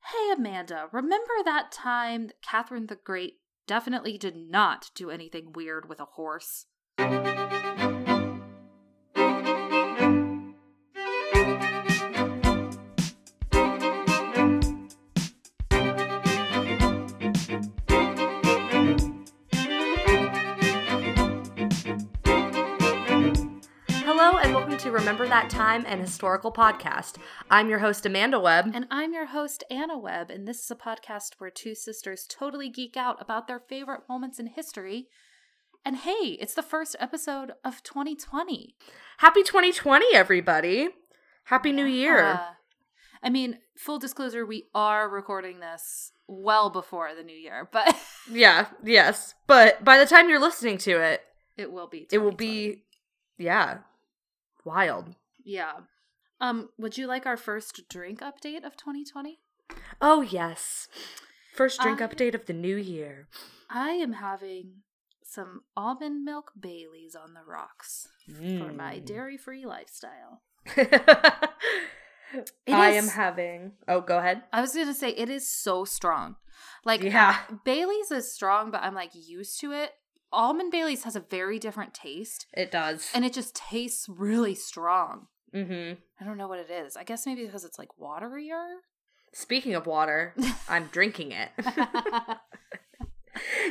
Hi, Amanda. Remember that time that Catherine the Great definitely did not do anything weird with a horse? Hello, and welcome to Remember That Time, an historical podcast. I'm your host, Amanda Webb. And I'm your host, Anna Webb, and this is a podcast where two sisters totally geek out about their favorite moments in history. And hey, it's the first episode of 2020. Happy 2020, everybody. Happy New Year. Uh, I mean, full disclosure, we are recording this well before the new year, but Yeah, yes. But by the time you're listening to it, it will be. it will 2020. be, yeah, wild. Yeah. Um, would you like our first drink update of 2020? Oh, yes. First drink I- update of the new year. I am having some almond milk Baileys on the rocks for Hmm. my Mm. dairy free lifestyle. It I is- am having. Oh, go ahead. I was gonna say it is so strong. Like uh, yeah. Bailey's is strong, but I'm like used to it. Almond Bailey's has a very different taste, It does. and it just tastes really strong. mm-hmm. I don't know what it is. I guess maybe because it's like waterier. Speaking of water, I'm drinking it.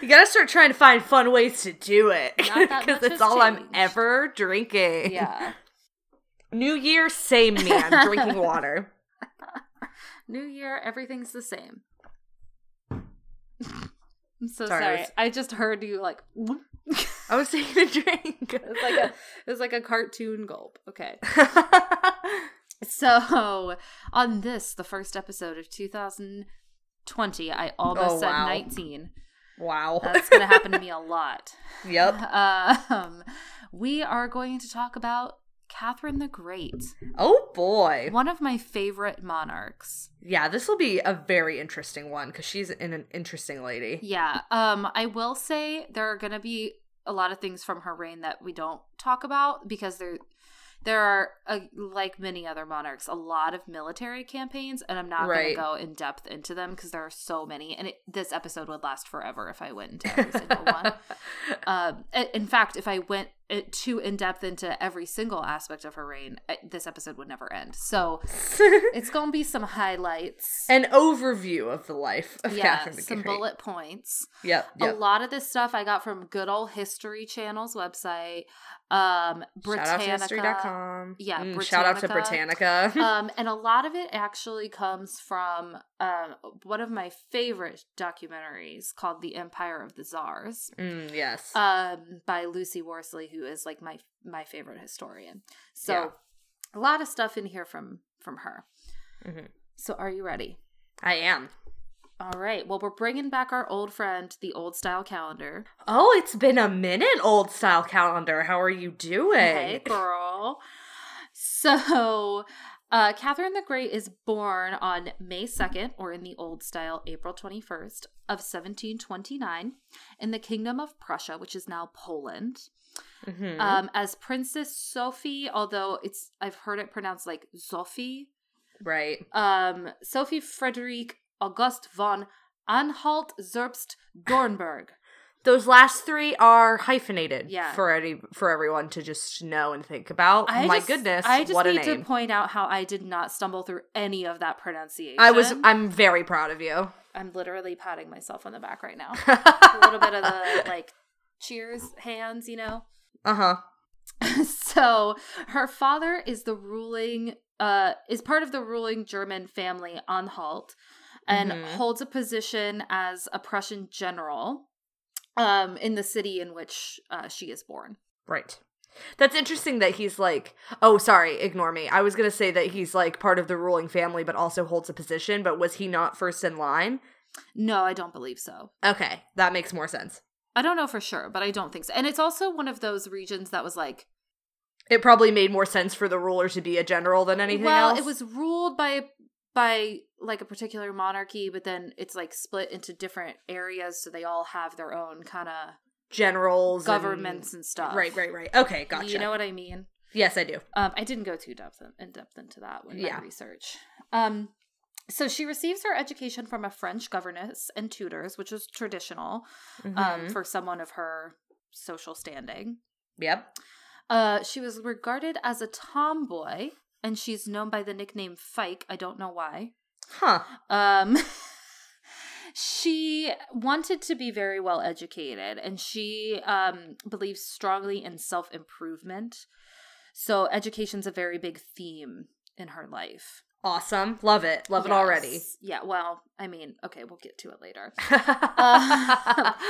you gotta start trying to find fun ways to do it Not that much because has it's all I'm changed. ever drinking. yeah. New Year, same me. I'm drinking water. New year, everything's the same. I'm so Sorry, sorry. I was- I just heard you like whoop. it I was taking a drink. was like a it was like a cartoon gulp. Okay. So on this, the first episode of 2020, I almost Oh, said wow. 19. wow. That's gonna happen to me a lot. yep. Um, we are going to talk about Catherine the Great, Oh boy. one of my favorite monarchs. Yeah, this will be a very interesting one because she's in an interesting lady. Yeah. Um, I will say there are gonna be a lot of things from her reign that we don't talk about because there there are uh, like many other monarchs a lot of military campaigns and i'm not going Right. to go in depth into them because there are so many and it, this episode would last forever if i went into every single one um, i- in fact if i went uh, too in depth into every single aspect of her reign uh, this episode would never end so it's going to be some highlights an overview of the life of yeah Catherine the some Great. bullet points Yep. a Yep. lot of this stuff I got from good old History Channel's website, um, Shout out to Britannica, history.com. Yeah, Mm, shout out to Britannica. Britannica. um, and a lot of it actually comes from um, one of my favorite documentaries called "The Empire of the Czars" Mm, yes. um, by Lucy Worsley, who is like my my favorite historian. So, Yeah. a lot of stuff in here from from her. Mhm. So, are you ready? I am. All right. Well, we're bringing back our old friend, the old style calendar. Oh, it's been a minute, old style calendar. How are you doing? Hey, girl. So, uh, Catherine the Great is born on May 2nd, or in the old style, April 21st, of 1729, in the Kingdom of Prussia, which is now Poland, Mhm. um, as Princess Sophie, although it's I've heard it pronounced like Sophie, right. um, Sophie Frederick August von Anhalt Zerbst Dornberg. Those last three are hyphenated. Yeah. For any for everyone to just know and think about. Oh My just- goodness. I just what need a name. to point out how I did not stumble through any of that pronunciation. I was. I'm very proud of you. I'm literally patting myself on the back right now. A little bit of the like cheers hands, you know. Uh huh. so her father is the ruling uh is part of the ruling German family Anhalt and Mhm. holds a position as a Prussian general um in the city in which uh, she is born. Right. That's interesting that he's like, oh, sorry, ignore me. I was going to say that he's like part of the ruling family, but also holds a position, but was he not first in line? No, I don't believe so. Okay, that makes more sense. I don't know for sure, but I don't think so. And it's also one of those regions that was like It probably made more sense for the ruler to be a general than anything well else. it was ruled by by like a particular monarchy but then it's like split into different areas so they all have their own kind of generals, and- governments and stuff Right, right, right. Okay, gotcha. you know what i mean yes, I do. um i didn't go too depth in, in depth into that in Yeah. my research um So she receives her education from a French governess and tutors, which is traditional um, Mhm. for someone of her social standing. yep. Uh, she was regarded as a tomboy, and she's known by the nickname Fike. I don't know why. Huh. Um, she wanted to be very well educated, and she um, believes strongly in self improvement. So education's a very big theme in her life. Awesome. Love it. Love it already. Yes. Yeah. Well, I mean, okay, we'll get to it later. Uh,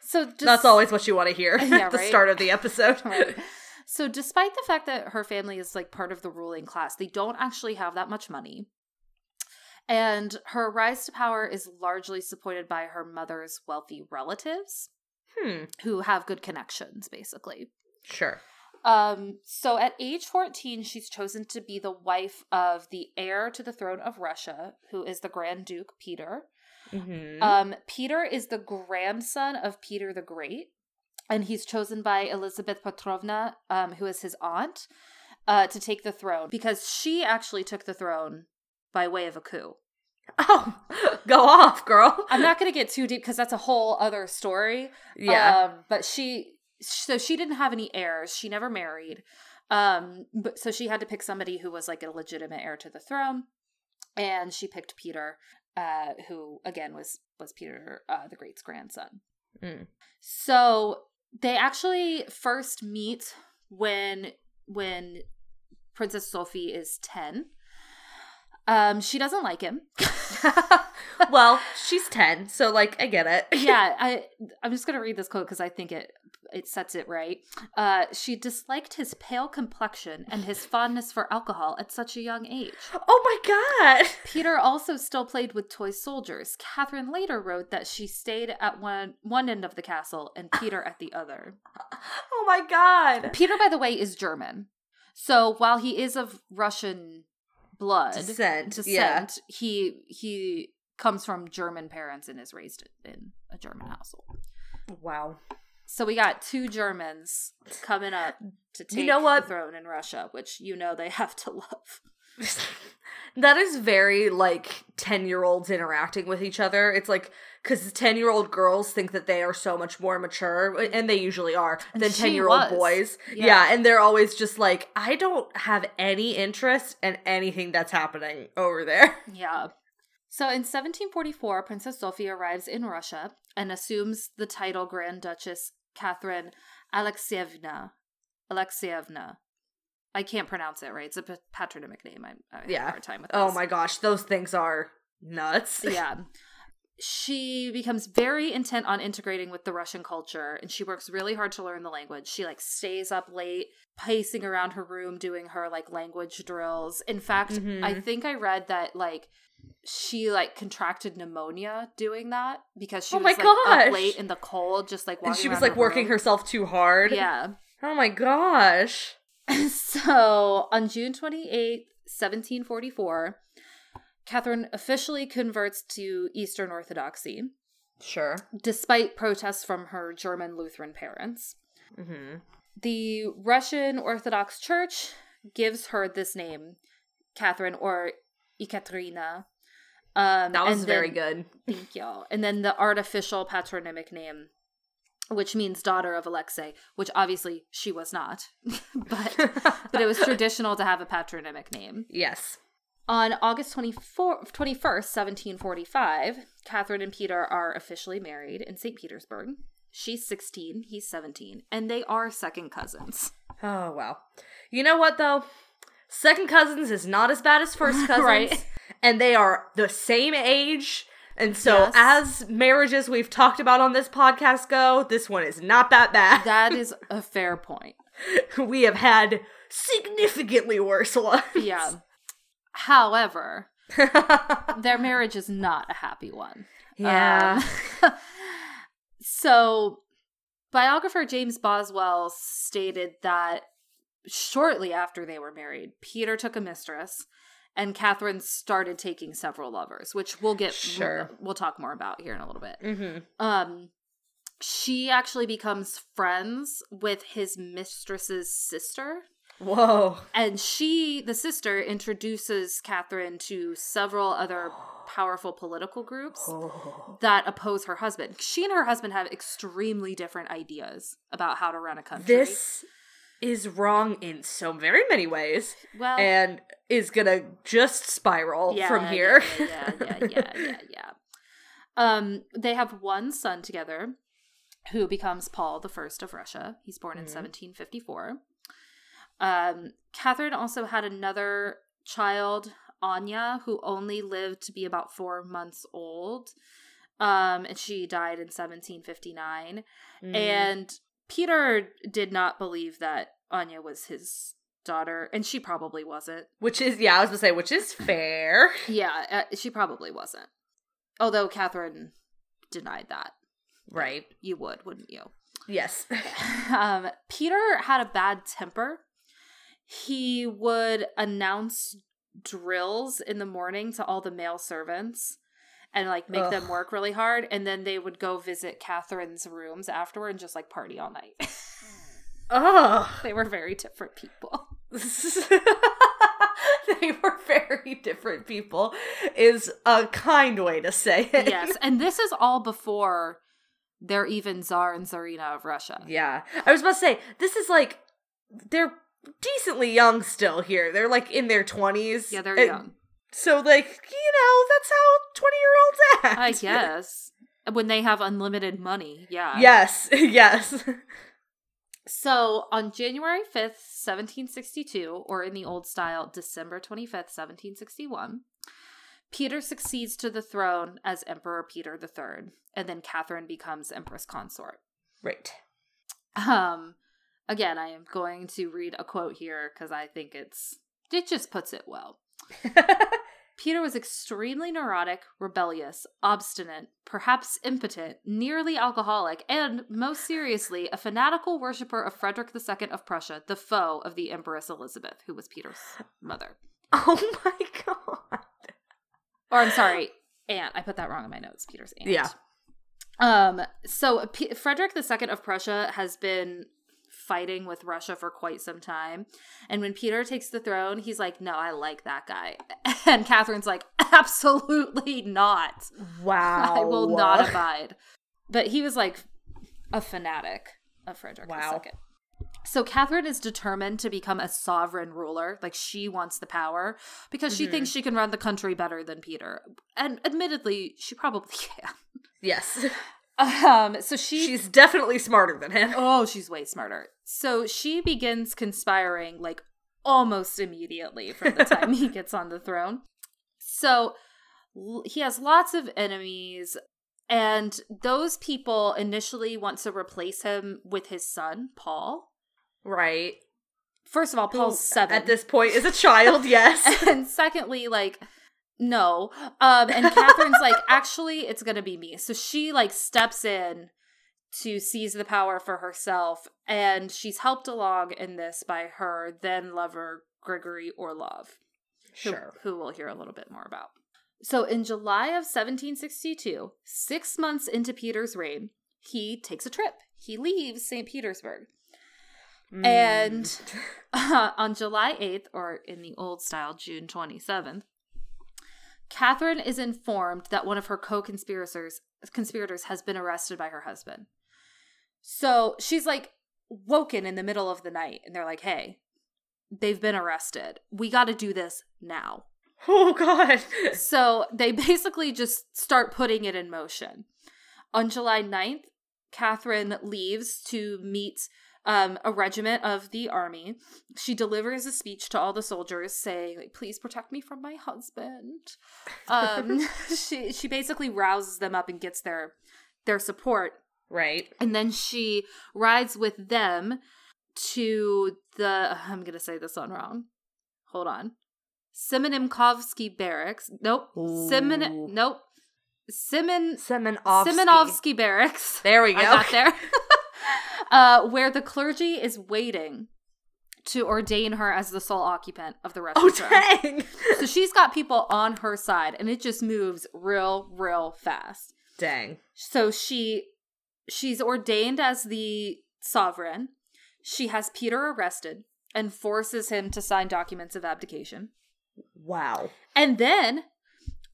So just, That's always what you want to hear at Yeah, the right? start of the episode. Right. So, despite the fact that her family is like part of the ruling class, they don't actually have that much money. And her rise to power is largely supported by her mother's wealthy relatives Hmm. who have good connections, basically. Sure. Um, so, at age 14, she's chosen to be the wife of the heir to the throne of Russia, who is the Grand Duke Peter. Mhm. Um, Peter is the grandson of Peter the Great, and he's chosen by Elizabeth Petrovna, um, who is his aunt, uh, to take the throne because she actually took the throne by way of a coup. oh, go off, girl. I'm not going to get too deep because that's a whole other story. yeah. Um, but she, so she didn't have any heirs. She never married. Um, but so she had to pick somebody who was like a legitimate heir to the throne, and she picked Peter, uh, who again was was Peter uh, the Great's grandson. Mm. So they actually first meet when when Princess Sophie is ten. Um, she doesn't like him. well, she's 10, so like I get it. uh, yeah, I I'm just gonna read this quote because I think it it sets it right. Uh, she disliked his pale complexion and his fondness for alcohol at such a young age. Oh my god. Peter also still played with toy soldiers. Catherine later wrote that she stayed at one one end of the castle and Peter at the other. Oh my god. Peter, by the way, is German, so while he is of Russian blood Descent. Yeah. descent, he he comes from German parents and is raised in a German household. Wow. So we got two Germans coming up to take You know what? the throne in Russia, which you know they have to love. that is very like 10 year olds interacting with each other it's like because 10 year old girls think that they are so much more mature and they usually are And than she 10 year old was. boys Yeah. yeah. and they're always just like i don't have any interest in anything that's happening over there Yeah. So in 1744, Princess Sophie arrives in Russia and assumes the title Grand Duchess Catherine Alexeyevna. Alexeyevna. I can't pronounce it right. It's a pa- patronymic name. I'm, I have Yeah. a hard time with oh this. my gosh those things are nuts yeah. She becomes very intent on integrating with the Russian culture and she works really hard to learn the language. She like stays up late, pacing around her room doing her like language drills. In fact, Mhm. I think I read that like she like contracted pneumonia doing that because she Oh was my like gosh. up late in the cold just like walking and she was around like working room. herself too hard Yeah. oh my gosh so on June 28th, 1744, Catherine officially converts to Eastern Orthodoxy. sure despite protests from her German Lutheran parents. mm-hmm. The Russian Orthodox Church gives her this name, Catherine or Ekaterina. Um, that was and very then- good Thank you. And then the artificial patronymic name, which means daughter of Alexei, which obviously she was not, but but it was traditional to have a patronymic name. yes On August 24, 21st, 1745, Catherine and Peter are officially married in St. Petersburg. She's 16, he's 17, and they are second cousins. Oh wow. You know what though? Second cousins is not as bad as first cousins. Right. And they are the same age. And so Yes. as marriages we've talked about on this podcast go, this one is not that bad. That is a fair point. we have had significantly worse ones. Yeah. However, their marriage is not a happy one. yeah. Um, so, biographer James Boswell stated that shortly after they were married, Peter took a mistress and Catherine started taking several lovers, which we'll get Sure. we'll, talk more about here in a little bit. mm-hmm. Um she actually becomes friends with his mistress's sister Whoa. And she, the sister, introduces Catherine to several other powerful political groups Oh. that oppose her husband. She and her husband have extremely different ideas about how to run a country. This is wrong in so very many ways well, and is gonna just spiral from here. Yeah, yeah, yeah, yeah, yeah, yeah. Um, they have one son together who becomes Paul the First of Russia. He's born in Mhm. 1754. Um, Catherine also had another child, Anya, who only lived to be about four months old. Um, and she died in 1759. Mm. And Peter did not believe that Anya was his daughter, and she probably wasn't. which is yeah, I was gonna say, which is fair. Yeah, uh, she probably wasn't. Although Catherine denied that. Right. You would, wouldn't you? Yes. um, Peter had a bad temper. He would announce drills in the morning to all the male servants and like make them Ugh. work really hard. And then they would go visit Catherine's rooms afterward and just like party all night. Oh. they were very different people. they were very different people is a kind way to say it. yes. And this is all before they're even Tsar and Tsarina of Russia. Yeah. I was about to say, this is like they're decently young still here. They're like in their twenties. Yeah, they're young. So like, you know, that's how twenty year olds act. I guess. When they have unlimited money, yeah. Yes, yes. So on January 5th, 1762, or in the old style, December 25th, 1761, Peter succeeds to the throne as Emperor Peter III, and then Catherine becomes Empress Consort. Right. Um, again, I am going to read a quote here because I think it's it just puts it well. Peter was extremely neurotic, rebellious, obstinate, perhaps impotent, nearly alcoholic, and, most seriously, a fanatical worshiper of Frederick II of Prussia, the foe of the Empress Elizabeth, who was Peter's mother. oh my god. Or, I'm sorry, aunt. I put that wrong in my notes. Peter's aunt. Yeah. Um, so, P- Frederick II of Prussia has been fighting with Russia for quite some time. And when Peter takes the throne, he's like, no, I like that guy. And Catherine's like, absolutely not. Wow. I will not abide. But he was like a fanatic of Frederick Wow. II. So Catherine is determined to become a sovereign ruler. Like she wants the power because she Mhm. thinks she can run the country better than Peter. And admittedly, she probably can. Yes. Um, so she She's definitely smarter than him. Oh, she's way smarter. So she begins conspiring like almost immediately from the time he gets on the throne. So l- he has lots of enemies, and those people initially want to replace him with his son, Paul. Right. First of all, Who, Paul's seven. At this point is a child, yes. and secondly, like, no. Um, and Catherine's like, actually, it's gonna be me. So she like steps in to seize the power for herself, and she's helped along in this by her then lover Grigory Orlov who, sure. who we'll hear a little bit more about. So in July of 1762, six months into Peter's reign, he takes a trip. He leaves St. Petersburg. Mm. And uh, on July 8th, or in the old style, June 27th, Catherine is informed that one of her co-conspirators conspirators has been arrested by her husband. So she's like woken in the middle of the night, and they're like, "Hey, they've been arrested. We got to do this now." Oh god. so they basically just start putting it in motion. On July 9th, Catherine leaves to meet um, a regiment of the army. She delivers a speech to all the soldiers saying, like, please protect me from my husband. Um, she, she basically rouses them up and gets their, their support. Right. And then she rides with them to the. I'm going to say this one wrong. Hold on. Semenimkovsky barracks. Nope. Ooh. Semen. Nope. Semen. Semenovsky. Semenovsky barracks. There we go. I got there. uh, where the clergy is waiting to ordain her as the sole occupant of the Russian Oh throne. dang. So she's got people on her side, and it just moves real, real fast Dang. so she she's ordained as the sovereign she has peter arrested and forces him to sign documents of abdication. Wow. And then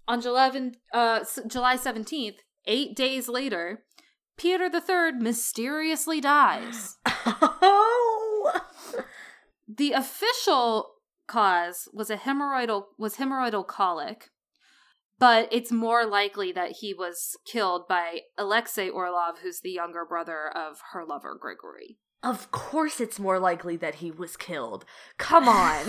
on July, uh, s- July 17th, eight days later, Peter III mysteriously dies. Oh. The official cause was a hemorrhoidal was hemorrhoidal colic, but it's more likely that he was killed by Alexei Orlov, who's the younger brother of her lover Grigory. Of course, it's more likely that he was killed. Come on.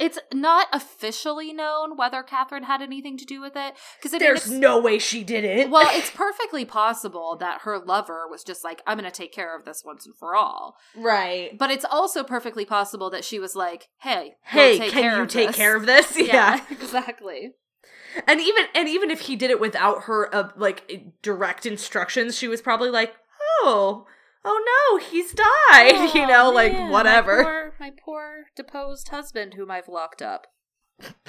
it's not officially known whether Catherine had anything to do with it because There's no way she did it. well, it's perfectly possible that her lover was just like, I'm going to take care of this once and for all. right. But it's also perfectly possible that she was like, hey, we'll Hey, take can care you of take this. care of this? yeah. exactly. And even and even if he did it without her uh, like direct instructions, she was probably like, "Oh, oh no, he's died." you know, Aw, man, like whatever. My poor, my poor deposed husband, whom I've locked up.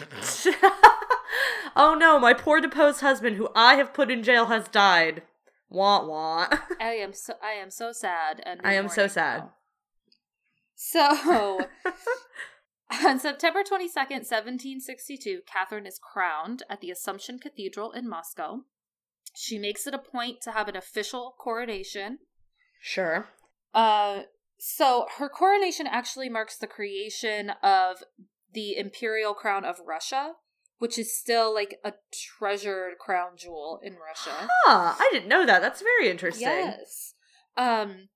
oh no, my poor deposed husband, who I have put in jail, has died. Wah wah. I am so I am so sad and I am so mourning sad. now. So on September 22nd, 1762, Catherine is crowned at the Assumption Cathedral in Moscow. She makes it a point to have an official coronation. Sure. Uh so her coronation actually marks the creation of the imperial crown of Russia, which is still like a treasured crown jewel in Russia. Huh, I didn't know that. That's very interesting. Yes. Um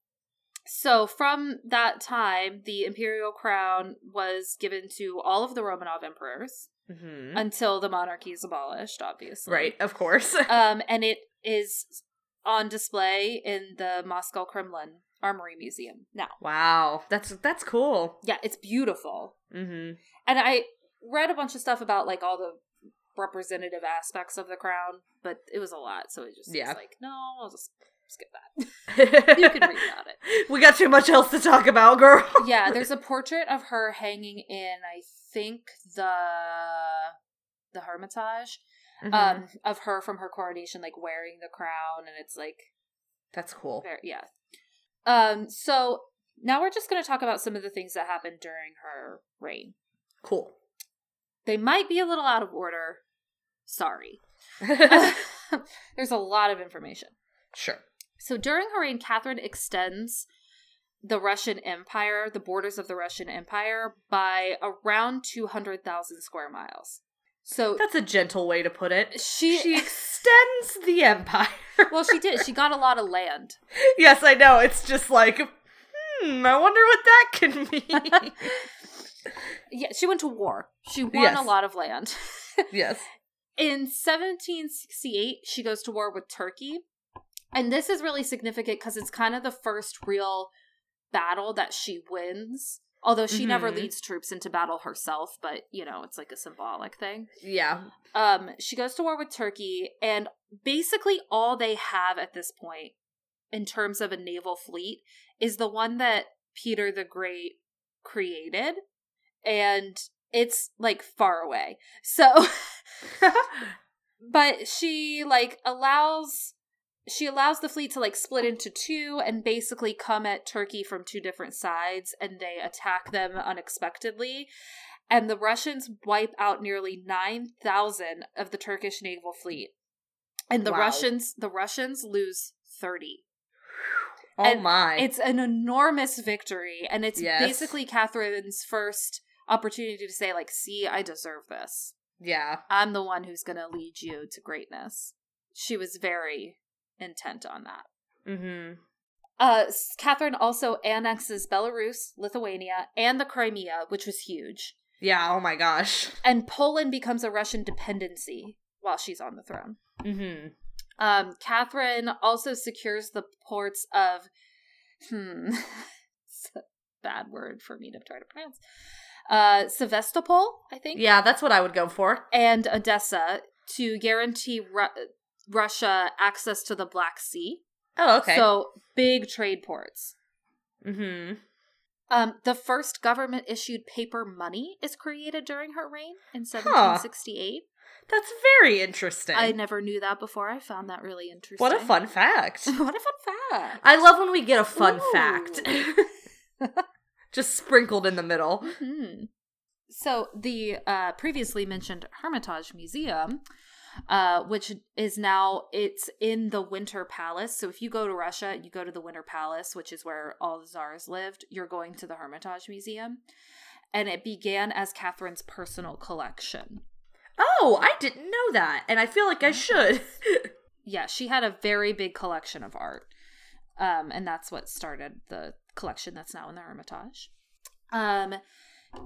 so from that time the imperial crown was given to all of the Romanov emperors hmm until the monarchy is abolished obviously. Right, of course. Um and it is on display in the Moscow Kremlin Armory Museum now. wow, that's that's cool. Yeah, it's beautiful. hmm And I read a bunch of stuff about like all the representative aspects of the crown, but it was a lot, so it just Yeah. was like, no, I'll just skip that. you can read about it. we got too much else to talk about, girl. yeah, there's a portrait of her hanging in, I think the the Hermitage, Mhm. um, of her from her coronation, like wearing the crown, and it's like, that's cool. very, yeah. Um, so now we're just going to talk about some of the things that happened during her reign. Cool. They might be a little out of order. Sorry. there's a lot of information. sure. So during her reign, Catherine extends the Russian Empire, the borders of the Russian Empire, by around 200,000 square miles. So That's a gentle way to put it. she, She extends the empire. well, she did. She got a lot of land. yes, I know. It's just like, hmm, I wonder what that could mean. Yeah, she went to war. She won Yes. a lot of land. yes. In 1768, she goes to war with Turkey. And this is really significant because it's kind of the first real battle that she wins. Although she never Mhm. leads troops into battle herself, but you know, it's like a symbolic thing. Yeah. Um, she goes to war with Turkey, and basically all they have at this point in terms of a naval fleet is the one that Peter the Great created, and it's like far away. So Oh but she like allows she allows the fleet to like split into two and basically come at Turkey from two different sides and they attack them unexpectedly and the Russians wipe out nearly 9000 of the Turkish naval fleet and the Wow. Russians the Russians lose 30 oh And my. it's an enormous victory and it's Yes. basically Catherine's first opportunity to say like see I deserve this yeah. I'm the one who's going to lead you to greatness. She was very intent on that. Mm-hmm. Uh, s- Catherine also annexes Belarus, Lithuania, and the Crimea, which was huge. Yeah. Oh my gosh. And Poland becomes a Russian dependency while she's on the throne. Mm-hmm. Um, Catherine also secures the ports of, hmm, it's a bad word for me to try to pronounce, uh, Sevastopol, I think. Yeah, that's what I would go for. and Odessa to guarantee Ru- Russia access to the Black Sea. Oh, okay. So big trade ports. mm-hmm. Um, the first government issued paper money is created during her reign in Huh. 1768. That's very interesting. I never knew that before. I found that really interesting. what a fun fact. what a fun fact! I love when we get a fun Ooh. fact. just sprinkled in the middle. Mhm. So the uh, previously mentioned Hermitage Museum, uh, which is now it's in the Winter Palace. So if you go to Russia, you go to the Winter Palace, which is where all the czars lived. You're going to the Hermitage Museum, and it began as Catherine's personal collection. Oh, I didn't know that, and I feel like Mm. I should. Yeah, she had a very big collection of art, um, and that's what started the collection that's now in the Hermitage. Um,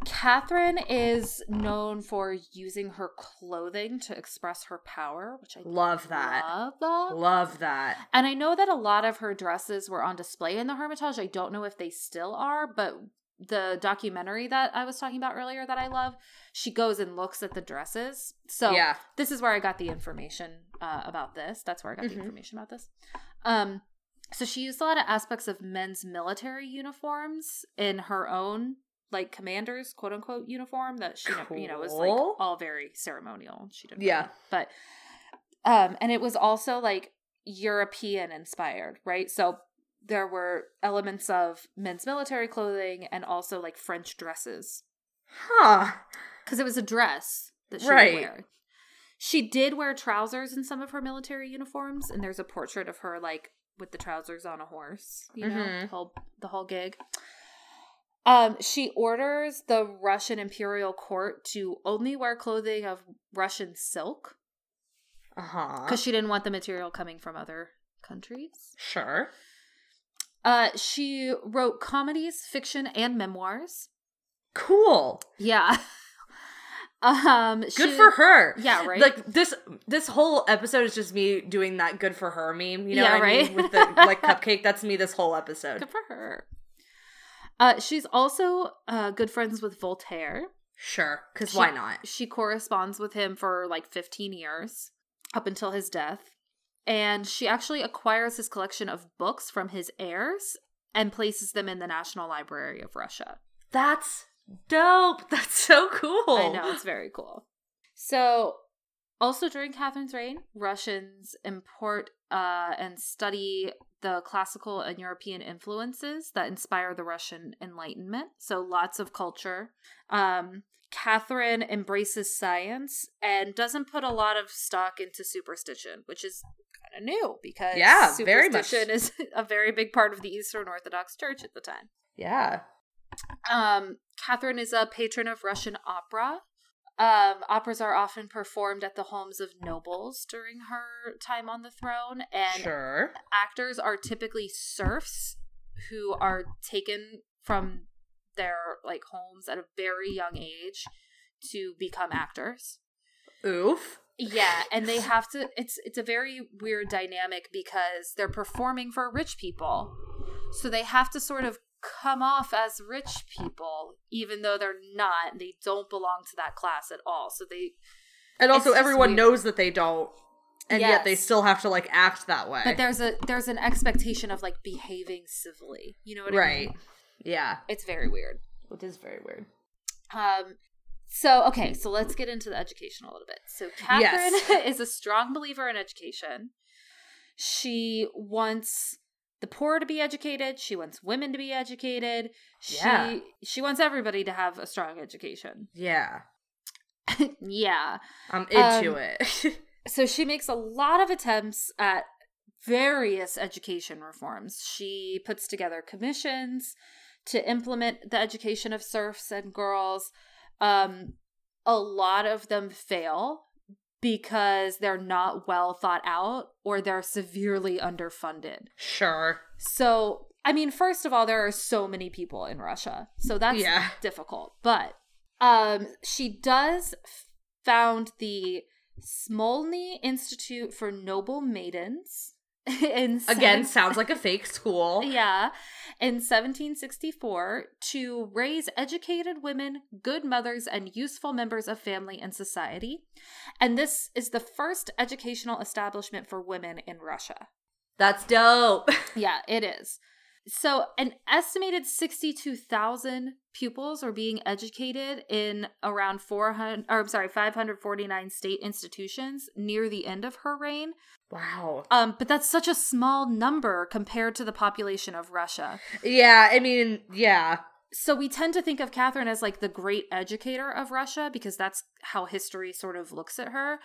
Catherine is known for using her clothing to express her power, which I Love that. love. Love that. And I know that a lot of her dresses were on display in the Hermitage. I don't know if they still are, but the documentary that I was talking about earlier that I love, she goes and looks at the dresses. So yeah. this is where I got the information uh, about this. That's where I got Mhm. the information about this. Um, so she used a lot of aspects of men's military uniforms in her own like commander's quote unquote uniform that she never, you know was like Cool. all very ceremonial. She didn't, Yeah. but um, and it was also like European inspired, right? So there were elements of men's military clothing and also like French dresses Huh. because it was a dress that she Right. would wear. She did wear trousers in some of her military uniforms, and there's a portrait of her like with the trousers on a horse. You know, Mhm. the whole the whole gig. Um, she orders the Russian imperial court to only wear clothing of Russian silk Uh huh. because she didn't want the material coming from other countries. Sure. Uh, she wrote comedies, fiction, and memoirs. Cool. Yeah. um, Good she- for her. Yeah, right. Like this this whole episode is just me doing that good for her meme. You know Yeah, what I right. mean? With the like cupcake, that's me this whole episode. Good for her. Uh, she's also uh, good friends with Voltaire. Sure. Cause She- why not? She corresponds with him for like 15 years, up until his death. And she actually acquires his collection of books from his heirs and places them in the National Library of Russia. That's dope. That's so cool. I know, it's very cool. So, also during Catherine's reign, Russians import uh, and study the classical and European influences that inspire the Russian Enlightenment. So, lots of culture. Um, Catherine embraces science and doesn't put a lot of stock into superstition, which is kind of new because Yeah, very much. superstition is a very big part of the Eastern Orthodox Church at the time. Yeah. Um, Catherine is a patron of Russian opera. Um, operas are often performed at the homes of nobles during her time on the throne, and sure. actors are typically serfs who are taken from their like homes at a very young age to become actors. Oof. Yeah, and they have to it's it's a very weird dynamic because they're performing for rich people. So they have to sort of come off as rich people even though they're not. They don't belong to that class at all. So they And It's also just everyone weird. knows that they don't. And yet they Yes. still have to like act that way. but there's a there's an expectation of like behaving civilly. You know what I mean? right. Yeah. It's very weird. Which is very weird. Um, so okay, so let's get into the education a little bit. So Catherine Yes. is a strong believer in education. She wants the poor to be educated. She wants women to be educated. She Yeah. she wants everybody to have a strong education. Yeah. yeah. I'm into Um, it. So she makes a lot of attempts at various education reforms. She puts together commissions to implement the education of serfs and girls. Um, a lot of them fail because they're not well thought out or they're severely underfunded. sure. So, I mean, first of all, there are so many people in Russia. So that's yeah. difficult. But um, she does f- found the Smolny Institute for Noble Maidens in Again, sounds like a fake school. yeah, in 1764 to raise educated women, good mothers, and useful members of family and society. And this is the first educational establishment for women in Russia. That's dope. Yeah, it is. So, an estimated 62,000 pupils are being educated in around 400 or I'm sorry, 549 state institutions near the end of her reign. Wow. Um, but that's such a small number compared to the population of Russia. Yeah, I mean, yeah. so we tend to think of Catherine as like the great educator of Russia because that's how history sort of looks at her.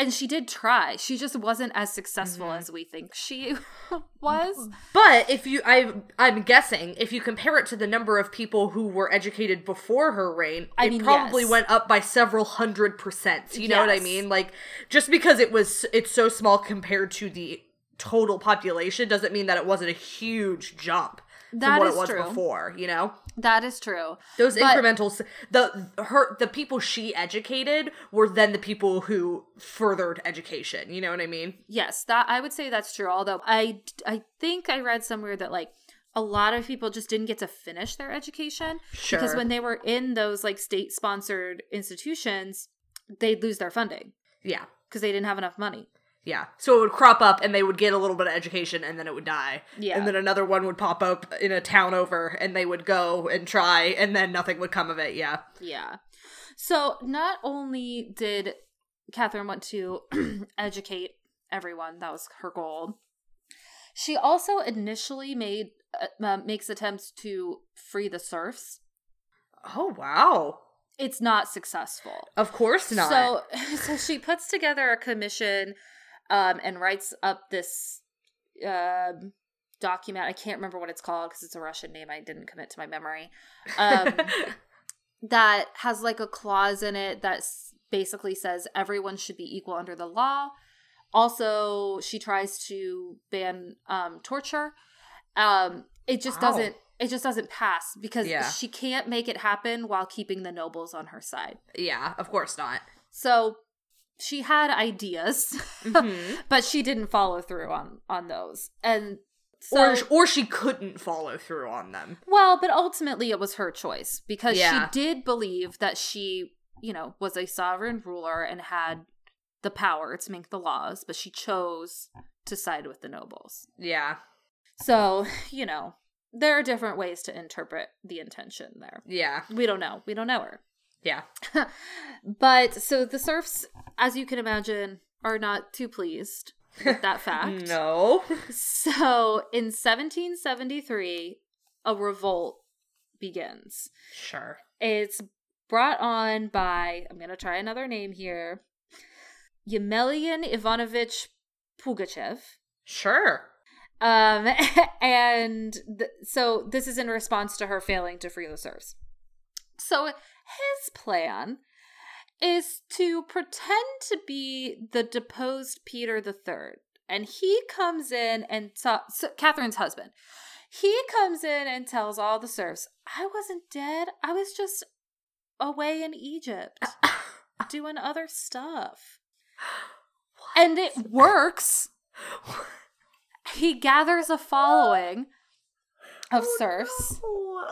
And she did try. She just wasn't as successful Mhm. as we think she was. But if you, I, I'm guessing if you compare it to the number of people who were educated before her reign, I it mean, probably yes. went up by several hundred percent. You know what I Yes. mean? Like just because it was, it's so small compared to the total population doesn't mean that it wasn't a huge jump from That what is it was true. before. You know, That is true. those But- incrementals, the her, the people she educated were then the people who furthered education. You know what I mean? Yes, that I would say that's true. Although I I think I read somewhere that like a lot of people just didn't get to finish their education Sure. because when they were in those like state sponsored institutions, they'd lose their funding yeah. because they didn't have enough money. Yeah. So it would crop up and they would get a little bit of education and then it would die. Yeah. And then another one would pop up in a town over and they would go and try and then nothing would come of it. Yeah. Yeah. So not only did Catherine want to educate everyone, that was her goal. She also initially made uh, uh, makes attempts to free the serfs. Oh, wow. It's not successful. Of course not. So so she puts together a commission um and writes up this um document. I can't remember what it's called because it's a Russian name I didn't commit to my memory. Um that has like a clause in it that s- basically says everyone should be equal under the law. Also, she tries to ban um torture. Um it just Wow. doesn't it just doesn't pass because Yeah. she can't make it happen while keeping the nobles on her side. yeah, of course not. So she had ideas, Mhm. but she didn't follow through on on those. And so, or, or she couldn't follow through on them. well, but ultimately it was her choice because Yeah. she did believe that she, you know, was a sovereign ruler and had the power to make the laws, but she chose to side with the nobles. Yeah. So, you know, there are different ways to interpret the intention there. Yeah. We don't know. We don't know her. Yeah. But so the serfs, as you can imagine, are not too pleased with that fact. No. So in 1773, a revolt begins. Sure. It's brought on by, I'm going to try another name here, Yemelyan Ivanovich Pugachev. Sure. Um, and th- so this is in response to her failing to free the serfs. So his plan is to pretend to be the deposed Peter the Third, and he comes in and ta- so Catherine's husband. He comes in and tells all the serfs, "I wasn't dead. I was just away in Egypt doing other stuff." And it works he gathers a following of Oh, serfs no.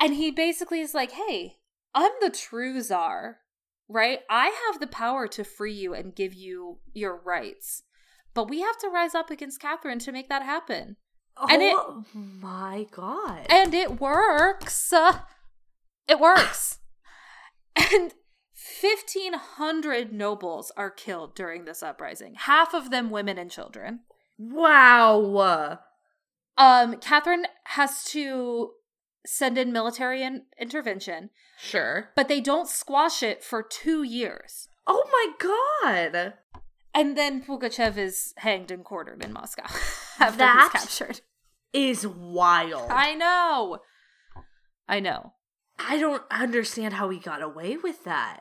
and he basically is like hey i'm the true czar right i have the power to free you and give you your rights but we have to rise up against catherine to make that happen And it- oh my god. and it works Uh, it works and 1500 nobles are killed during this uprising half of them women and children wow. Um, Catherine has to send in military in- intervention, Sure. but they don't squash it for two years. Oh my god. And then Pugachev is hanged and quartered in Moscow after That- he's captured. Is wild. I, I know. I know. don't understand how he got away with that.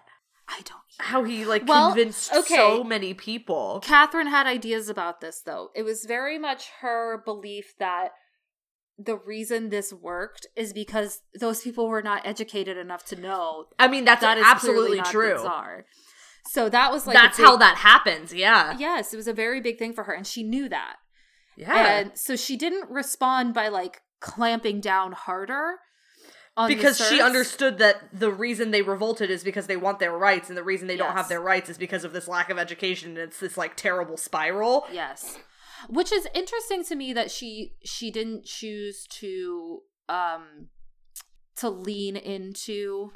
I don't. How he like Well, convinced okay. so many people. Catherine had ideas about this, though. It was very much her belief that the reason this worked is because those people were not educated enough to know I mean, that's that is clearly absolutely not true. The czar. So that was like a that's big- how that happens. Yeah. Yes, it was a very big thing for her, and she knew that. Yeah. And so she didn't respond by like clamping down harder on the because she serfs. understood that the reason they revolted is because they want their rights, and the reason they don't Yes. have their rights is because of this lack of education. And it's this like terrible spiral. Yes, which is interesting to me that she she didn't choose to um to lean into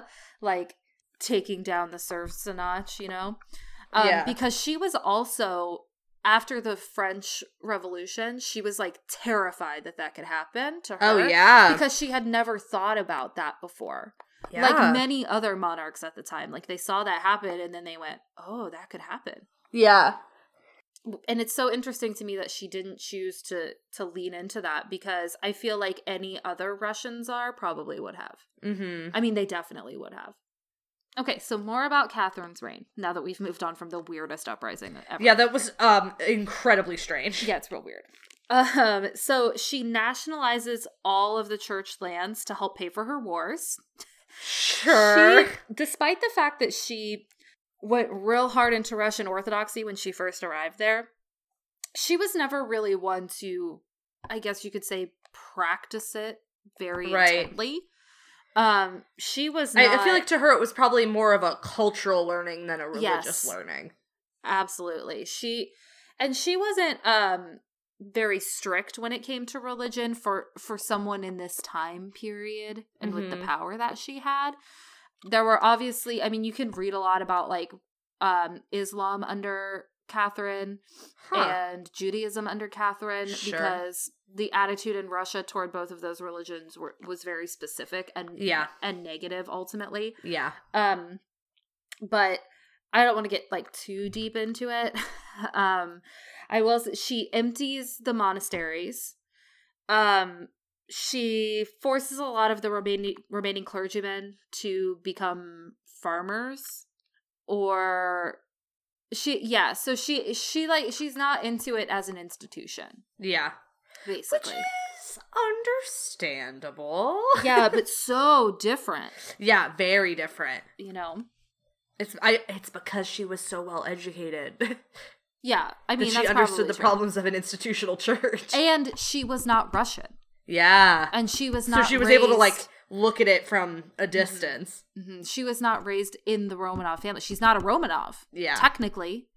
like taking down the serfs a notch, you know, um, Yeah. because she was also after the French Revolution, she was like terrified that that could happen to her. Oh yeah. Because she had never thought about that before. yeah. Like many other monarchs at the time, like they saw that happen and then they went, "Oh, that could happen." yeah. And it's so interesting to me that she didn't choose to to lean into that because I feel like any other Russians are probably would have. Mhm. I mean, they definitely would have. Okay, so more about Catherine's reign now that we've moved on from the weirdest uprising ever. Yeah, that was um incredibly strange. Yeah, it's real weird. Um, so she nationalizes all of the church lands to help pay for her wars. Sure. She, despite the fact that she went real hard into Russian Orthodoxy when she first arrived there, she was never really one to, I guess you could say, practice it very Right. intently. Um, she was. Not, I, I feel like to her it was probably more of a cultural learning than a religious Yes. learning. absolutely she and she wasn't um very strict when it came to religion for for someone in this time period and with the Mhm. power that she had there were obviously i mean you can read a lot about like um islam under catherine Huh. and Judaism under Catherine Sure. because the attitude in Russia toward both of those religions were, was very specific and Yeah. and negative ultimately. yeah. Um, but I don't want to get like too deep into it. um, I will. Say, she empties the monasteries. Um, she forces a lot of the remaining remaining clergymen to become farmers, or she yeah. So she she like she's not into it as an institution, Yeah. basically. Which is understandable. yeah, but so different, Yeah, very different. you know. It's I it's because she was so well educated Yeah, I mean that she that's probably understood the true. problems of an institutional church. and she was not Russian, yeah. and she was So not. she was able to like raised- look at it from a distance. Mhm, She was not raised in the Romanov family. She's not a Romanov, Yeah. technically.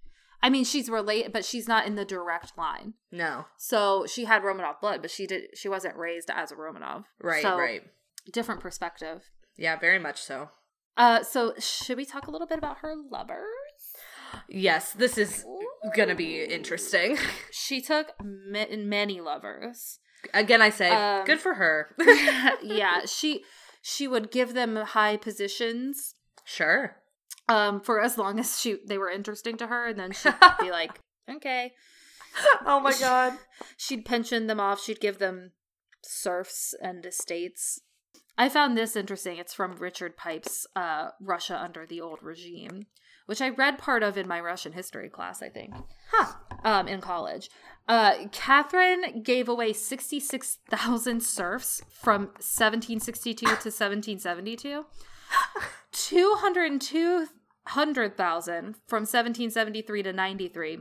I mean, she's related, but she's not in the direct line. no. So she had Romanov blood, but she did. She wasn't raised as a Romanov. Right, So, right. Different perspective. Yeah, very much so. Uh, so should we talk a little bit about her lovers? Yes, this is gonna be interesting. She took ma- many lovers. Again, I say, Um, good for her. yeah, she she would give them high positions sure. um for as long as she they were interesting to her and then she'd be like okay Oh my God. she'd pension them off she'd give them serfs and estates i found this interesting it's from richard pipe's uh russia under the old regime which i read part of in my russian history class i think Huh. um in college uh catherine gave away 66000 serfs from 1762 to 1772 202,000 from 1773 to 93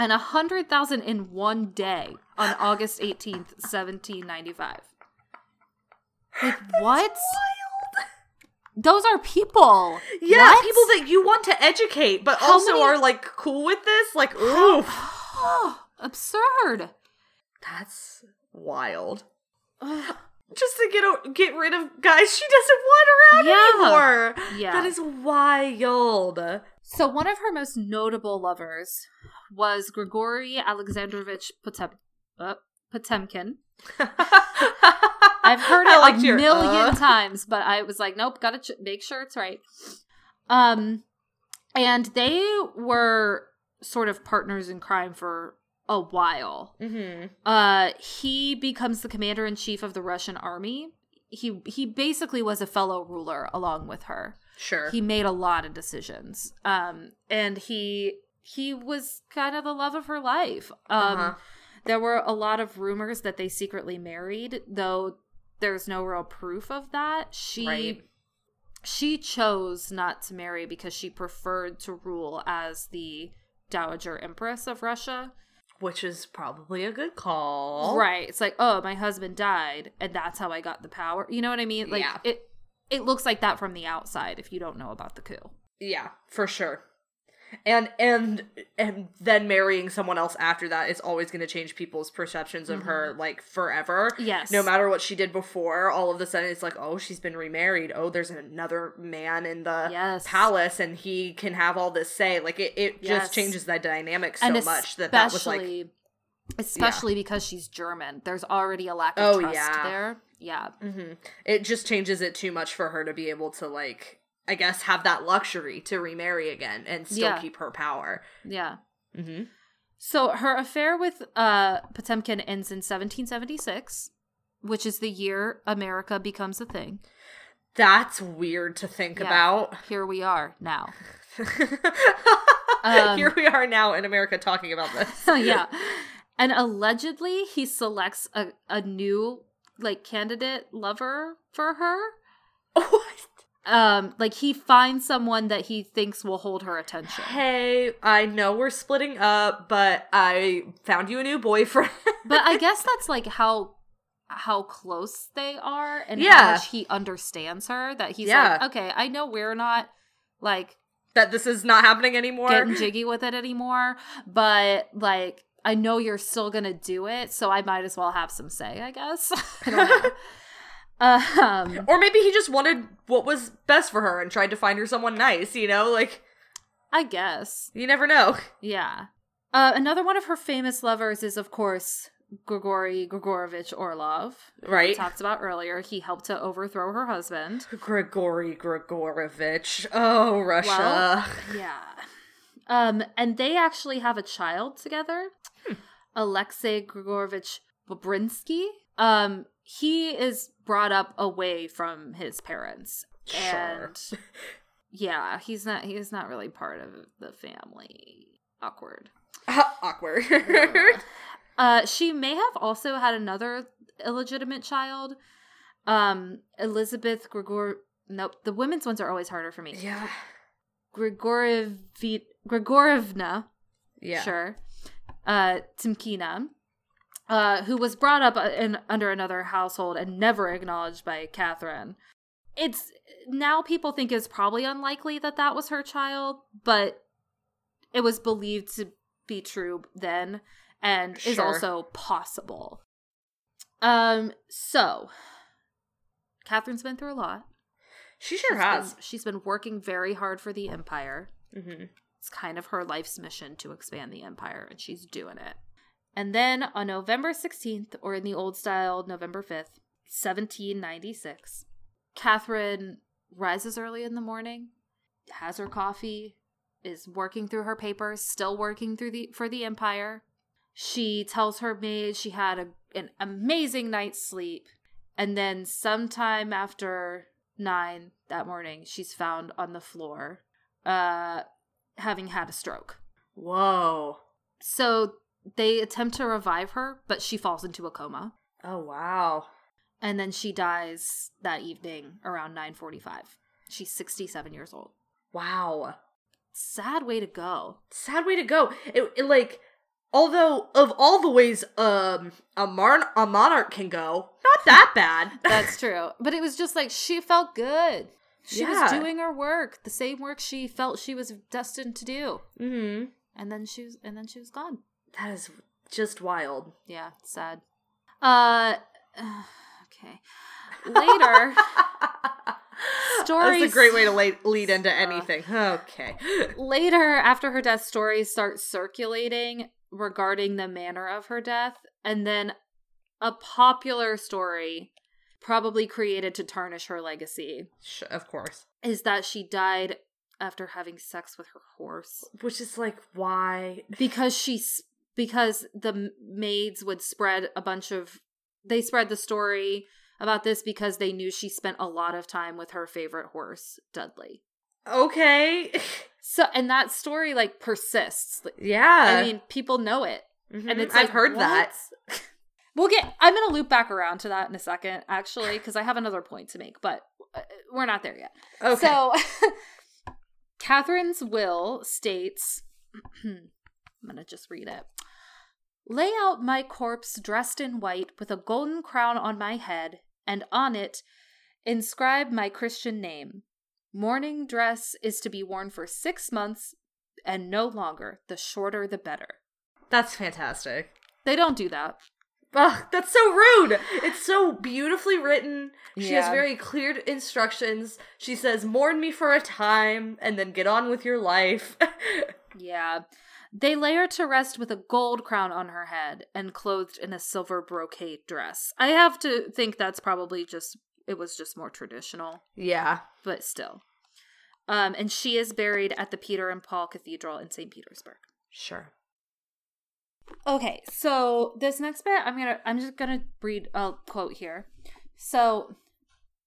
and 100,000 in one day on August 18th, 1795. Like what? Those are people. Yeah, What? people that you want to educate, but How also many- are like cool with this. Like, oof. absurd. That's wild. Ugh. Just to get o- get rid of guys she doesn't want around Yeah. anymore. Yeah. That is wild. So one of her most notable lovers was Grigory Alexandrovich Potem- uh, Potemkin. I've I've heard it a uh. million times, but I was like, nope, gotta ch- make sure it's right. Um, and they were sort of partners in crime for a while. Mm-hmm. Uh, he becomes the commander in chief of the Russian army. He he basically was a fellow ruler along with her. Sure. He made a lot of decisions. Um, and he he was kind of the love of her life. Um, Uh-huh. there were a lot of rumors that they secretly married, though there's no real proof of that. She right. she chose not to marry because she preferred to rule as the Dowager Empress of Russia. Which is probably a good call. Right. It's like, oh, my husband died and that's how I got the power. You know what I mean? Like Yeah. it it looks like that from the outside if you don't know about the coup. Yeah, for sure. and and and then marrying someone else after that is always going to change people's perceptions of her like forever Mm-hmm. Yes. no matter what she did before all of a sudden it's like oh she's been remarried oh there's another man in the Yes. palace and he can have all this say like it, it Yes. just changes the dynamic so much that that was like especially- especially because she's German. There's already a lack of Oh, trust yeah. there. Yeah. hmm It just changes it too much for her to be able to like I guess have that luxury to remarry again and still Yeah. keep her power. Yeah. Mm-hmm. So her affair with uh, Potemkin ends in 1776, which is the year America becomes a thing. That's weird to think Yeah. about. Here we are now. Here we are now in America talking about this. yeah. And allegedly, he selects a, a new like candidate lover for her. what? Um, like he finds someone that he thinks will hold her attention. Hey, I know we're splitting up, but I found you a new boyfriend. But I guess that's like how how close they are and how Yeah. much he understands her that he's Yeah. like, okay, I know we're not like that this is not happening anymore. getting jiggy with it anymore, but like I know you're still gonna do it, so I might as well have some say, I guess. I don't know. um, or maybe he just wanted what was best for her and tried to find her someone nice, you know? Like, I guess, you never know. yeah. Uh, another one of her famous lovers is, of course, Grigory Grigorovich Orlov. We Right? talked about earlier. He helped to overthrow her husband. Grigory Grigorovich. Oh, Russia. Yeah. Um, and they actually have a child together, Hmm. Alexei Grigorovich Bobrinsky. Um, he is brought up away from his parents, Sure. and yeah, he's not. He is not really part of the family. Awkward. Awkward. Uh, she may have also had another illegitimate child, um, Elizabeth Grigor. Nope, the women's ones are always harder for me. yeah. Grigoriev- Grigorievna, Yeah. sure, uh, Timkina, uh, who was brought up uh, in, under another household and never acknowledged by Catherine. It's now people think it's probably unlikely that that was her child, but it was believed to be true then and is Sure. also possible. Um, so Catherine's been through a lot. She sure She's has. been- she's been working very hard for the empire. hmm It's kind of her life's mission to expand the empire, and she's doing it. And then on November 16th, or in the old style, November 5th, 1796, Catherine rises early in the morning, has her coffee, is working through her papers, still working through the for the empire. She tells her maid she had a, an amazing night's sleep, and then sometime after nine that morning, she's found on the floor, uh, having had a stroke. Whoa. So they attempt to revive her, but she falls into a coma, Oh, wow. and then she dies that evening around nine forty-five. She's sixty-seven years old. Wow. Sad way to go. Sad way to go. It, it, like, although of all the ways um a, mar- a monarch can go, not that bad. That's true. But it was just like she felt good. She was Yeah. doing her work, the same work she felt she was destined to do. mm-hmm. And then she was and then she was gone. That is just wild. Yeah, sad. Uh okay. Later, That's Stories- a great way to la- lead into anything. Okay. later after her death stories start circulating regarding the manner of her death and then a popular story probably created to tarnish her legacy Sh- of course. is that she died after having sex with her horse. Which is like, why? because she's because the m- maids would spread a bunch of they spread the story about this because they knew she spent a lot of time with her favorite horse dudley Okay. so and that story like persists Like, yeah. i mean people know it Mhm. and it's I've like, heard what? that. we'll get i'm gonna loop back around to that in a second actually because i have another point to make but uh, we're not there yet Okay. So, Catherine's will states I'm going to just read it. Lay out my corpse dressed in white with a golden crown on my head, and on it inscribe my Christian name. Mourning dress is to be worn for six months, and no longer the shorter the better. That's fantastic. They don't do that. Ugh, that's so rude. It's so beautifully written. She has Yeah. very clear instructions. She says, "Mourn me for a time, and then get on with your life." Yeah. They lay her to rest with a gold crown on her head and clothed in a silver brocade dress. I have to think that's probably just it was just more traditional, yeah, but still. Um, and she is buried at the Peter and Paul Cathedral in St. Petersburg. sure. Okay, so this next bit, I'm gonna, I'm just gonna read a quote here. So,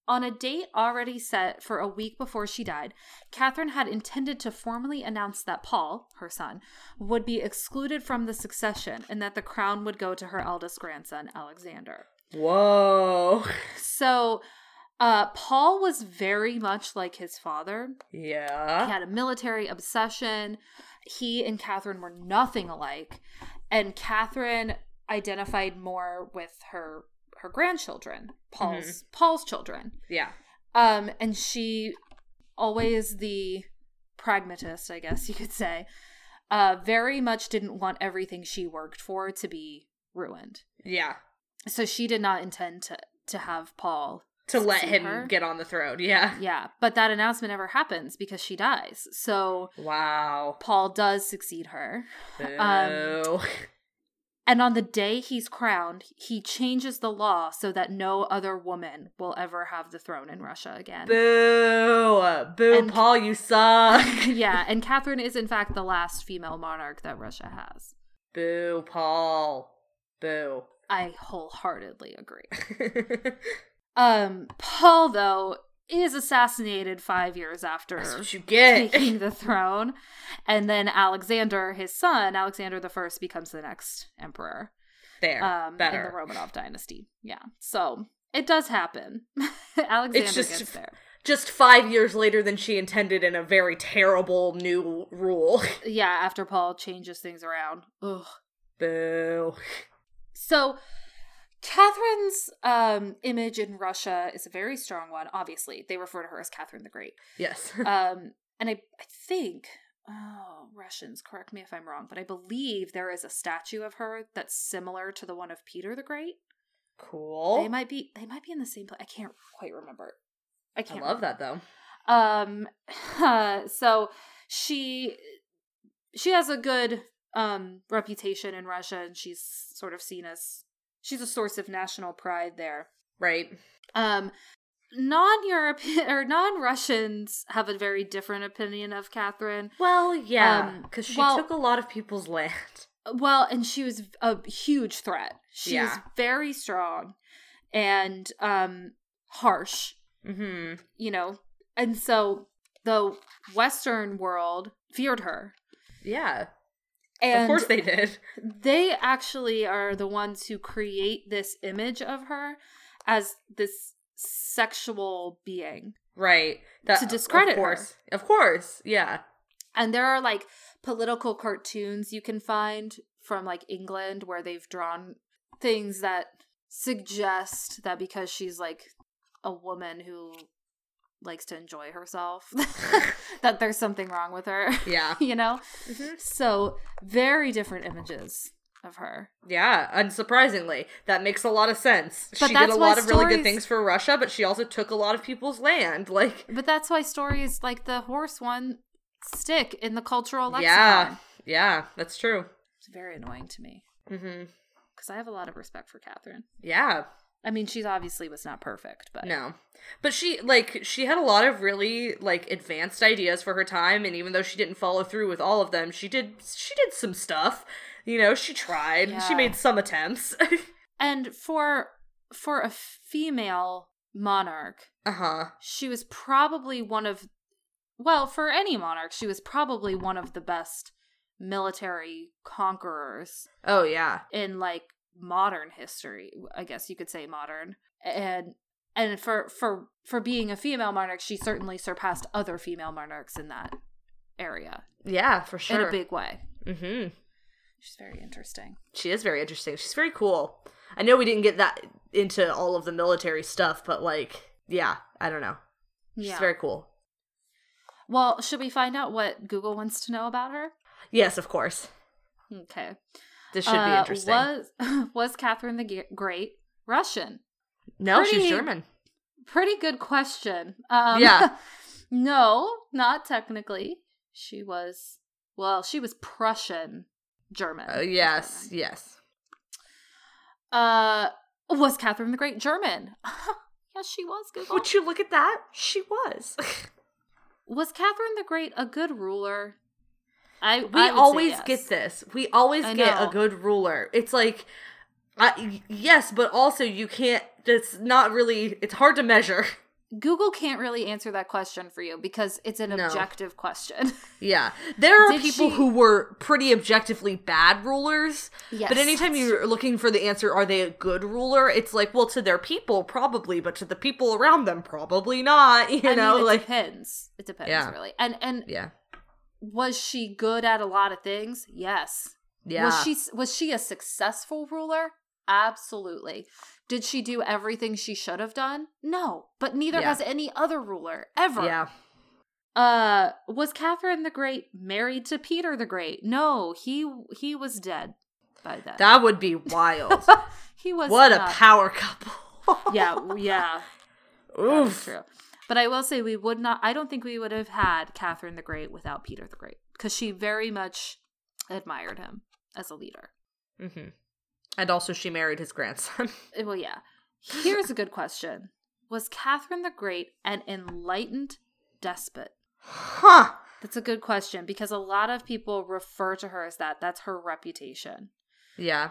on a date already set for a week before she died, Catherine had intended to formally announce that Paul, her son, would be excluded from the succession and that the crown would go to her eldest grandson, Alexander. Whoa. So, uh, Paul was very much like his father. He Yeah. had a military obsession. He and Catherine were nothing alike, and Catherine identified more with her her grandchildren, Paul's Paul's children. Yeah. Um, and she always the pragmatist, I guess you could say, uh, very much didn't want everything she worked for to be ruined. Yeah. So she did not intend to to have Paul. To let See him her? get on the throne. Yeah. Yeah, but that announcement never happens because she dies. So Wow. Paul does succeed her. um, Boo. And on the day he's crowned, he changes the law so that no other woman will ever have the throne in Russia again. Boo. Boo. And- Paul, you suck. yeah, and Catherine is in fact the last female monarch that Russia has. Boo, Paul. Boo. I wholeheartedly agree. Um, Paul, though, is assassinated five years after That's what you get. taking the throne. And then Alexander, his son, Alexander the First, becomes the next emperor. There. um, in the Better. Romanov dynasty. Yeah, so it does happen. Alexander It's just- gets there. Just five years later than she intended in a very terrible new rule. Yeah, after Paul changes things around. Ugh. Boo. So Catherine's um, image in Russia is a very strong one. Obviously, they refer to her as Catherine the Great. Yes. Um, and I, I think. Oh, Russians, correct me if I'm wrong, but I believe there is a statue of her that's similar to the one of Peter the Great. Cool. Oh. They might be they might be in the same place. I can't quite remember. I I can't love remember. that though. um so she she has a good um reputation in russia and she's sort of seen as she's a source of national pride there Right. um non-european or non-russians have a very different opinion of catherine Well, yeah, Um, because she well- took a lot of people's land. well and she was a huge threat she was Yeah. very strong and um harsh Mm-hmm. you know and so the western world feared her Yeah, and of course they did. they actually are the ones who create this image of her as this sexual being Right. That, To discredit of her. course. Of course. Yeah. and there are like political cartoons you can find from like england where they've drawn things that suggest that because she's like a woman who likes to enjoy herself that there's something wrong with her Yeah. you know Mhm. So, very different images of her. Yeah. Unsurprisingly, that makes a lot of sense. But she did that's a why lot of really stories- good things for Russia, but she also took a lot of people's land. Like, But that's why stories like the horse one stick in the cultural lexicon. yeah, yeah, that's true. It's very annoying to me Mm-hmm. because I have a lot of respect for Catherine. Yeah. I mean, she's obviously was not perfect, but No. But she like she had a lot of really like advanced ideas for her time and even though she didn't follow through with all of them, she did she did some stuff. You know, she tried. She Yeah. made some attempts. and for for a female monarch, uh-huh. she was probably one of well, for any monarch, she was probably one of the best military conquerors Oh yeah. in like modern history i guess you could say modern and and for for for being a female monarch she certainly surpassed other female monarchs in that area Yeah, for sure. in a big way mhm. she's very interesting She is very interesting. She's very cool. I know we didn't get that into all of the military stuff, but like yeah, I don't know. She's yeah very cool. Well, should we find out what Google wants to know about her? Yes, of course. Okay. This should be Uh, interesting. Was was Catherine the Ge- Great Russian? no, she's pretty- German. Pretty good question. Um, Yeah. no, not technically. She was well, she was Prussian German. Uh, yes, yes. Uh, was Catherine the Great German? yes, she was. Google. Would you look at that? She was. was Catherine the Great a good ruler? I we always get this. We always I get know. a good ruler. It's like, I y yes, but also you can't. It's not really. It's hard to measure. Google can't really answer that question for you because it's an No. objective question. Yeah, there are Did people she- who were pretty objectively bad rulers. yes, But anytime you're looking for the answer, are they a good ruler? It's like, well, to their people, probably, but to the people around them, probably not. You I know, mean, it like, depends. It depends Yeah. really. And and yeah, was she good at a lot of things? Yes. yeah. Was she was she a successful ruler? Absolutely. Did she do everything she should have done? No. But neither Yeah. has any other ruler ever. yeah, Uh, was Catherine the Great married to Peter the Great? No, he he was dead by then. that would be wild. he was what a not- power couple. yeah yeah that is Oof. true. But I will say we would not. I don't think we would have had Catherine the Great without Peter the Great because she very much admired him as a leader. hmm And also, she married his grandson. Uh, Well, yeah. Here's a good question: Was Catherine the Great an enlightened despot? huh. That's a good question because a lot of people refer to her as that. That's her reputation. Yeah.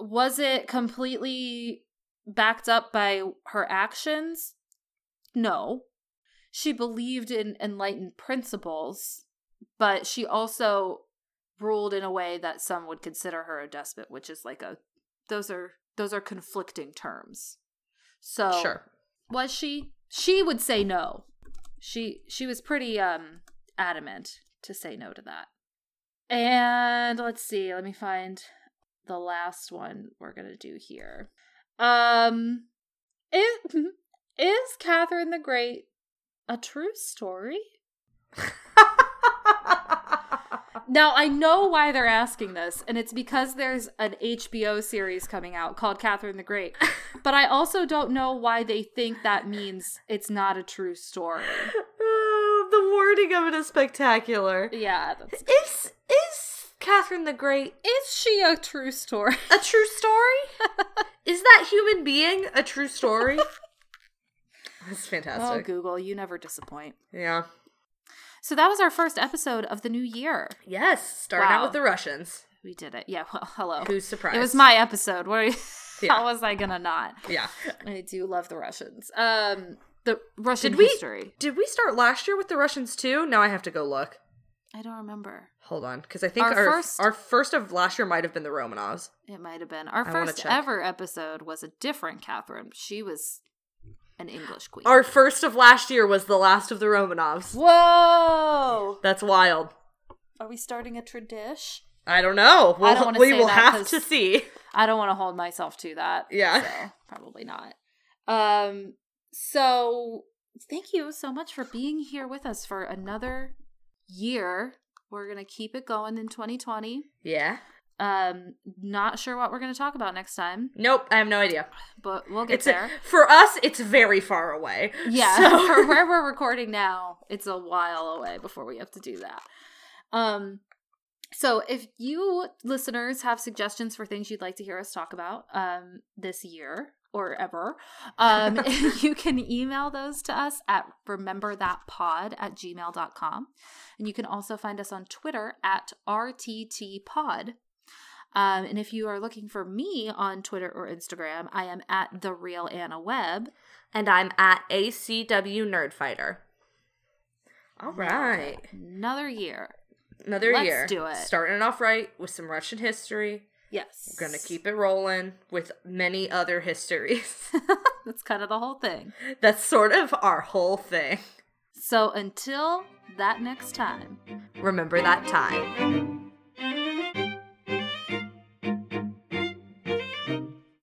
was it completely backed up by her actions? No. She believed in enlightened principles, but she also ruled in a way that some would consider her a despot, which is like a those are those are conflicting terms. So Sure. was she? She would say no. She she was pretty um adamant to say no to that. And let's see, let me find the last one we're going to do here. Um is is Catherine the Great a true story? Now I know why they're asking this, and it's because there's an HBO series coming out called Catherine the Great. But I also don't know why they think that means it's not a true story. Oh, the wording of it is spectacular. Yeah, that's Is is Catherine the Great is she a true story? a true story? Is that human being a true story? That's Oh, fantastic. Google, you never disappoint. yeah. So that was our first episode of the new year. Yes. Starting out Wow. with the Russians. We did it. Yeah. Well, hello. Who's surprised? It was my episode. What? Are you, Yeah. How was I gonna not? Yeah. I do love the Russians. Um, the Russian Did we- history. Did we start last year with the Russians too? Now I have to go look. I don't remember. Hold on, because I think Our our our first... first- of last year might have been the Romanovs. It might have been our I wanna first check. ever episode was a different Catherine. She was an English queen. Our first of last year was the last of the Romanovs. Whoa! That's wild. Are we starting a tradition? I don't know. We'll, don't wanna we say will that have 'cause- to see. I don't want to hold myself to that. Yeah. So probably not. Um so thank you so much for being here with us for another year. We're going to keep it going in 2020. Yeah. Um not sure what we're going to talk about next time, Nope. I have no idea. but we'll get it's there. A, for us. It's very far away. yeah, So- for where we're recording now, it's a while away before we have to do that. Um so if you listeners have suggestions for things you'd like to hear us talk about um this year or ever, um you can email those to us at rememberthatpod at gmail.com. And you can also find us on Twitter at rttpod. Um, and if you are looking for me on Twitter or Instagram, I am at the real Anna Webb. and I'm at ACW Nerdfighter. All right. Another year. Another Let's year. do it. Starting it off right with some Russian history. Yes. We're gonna keep it rolling with many other histories. That's kind of the whole thing. That's sort of our whole thing. So until that next time. Remember that time.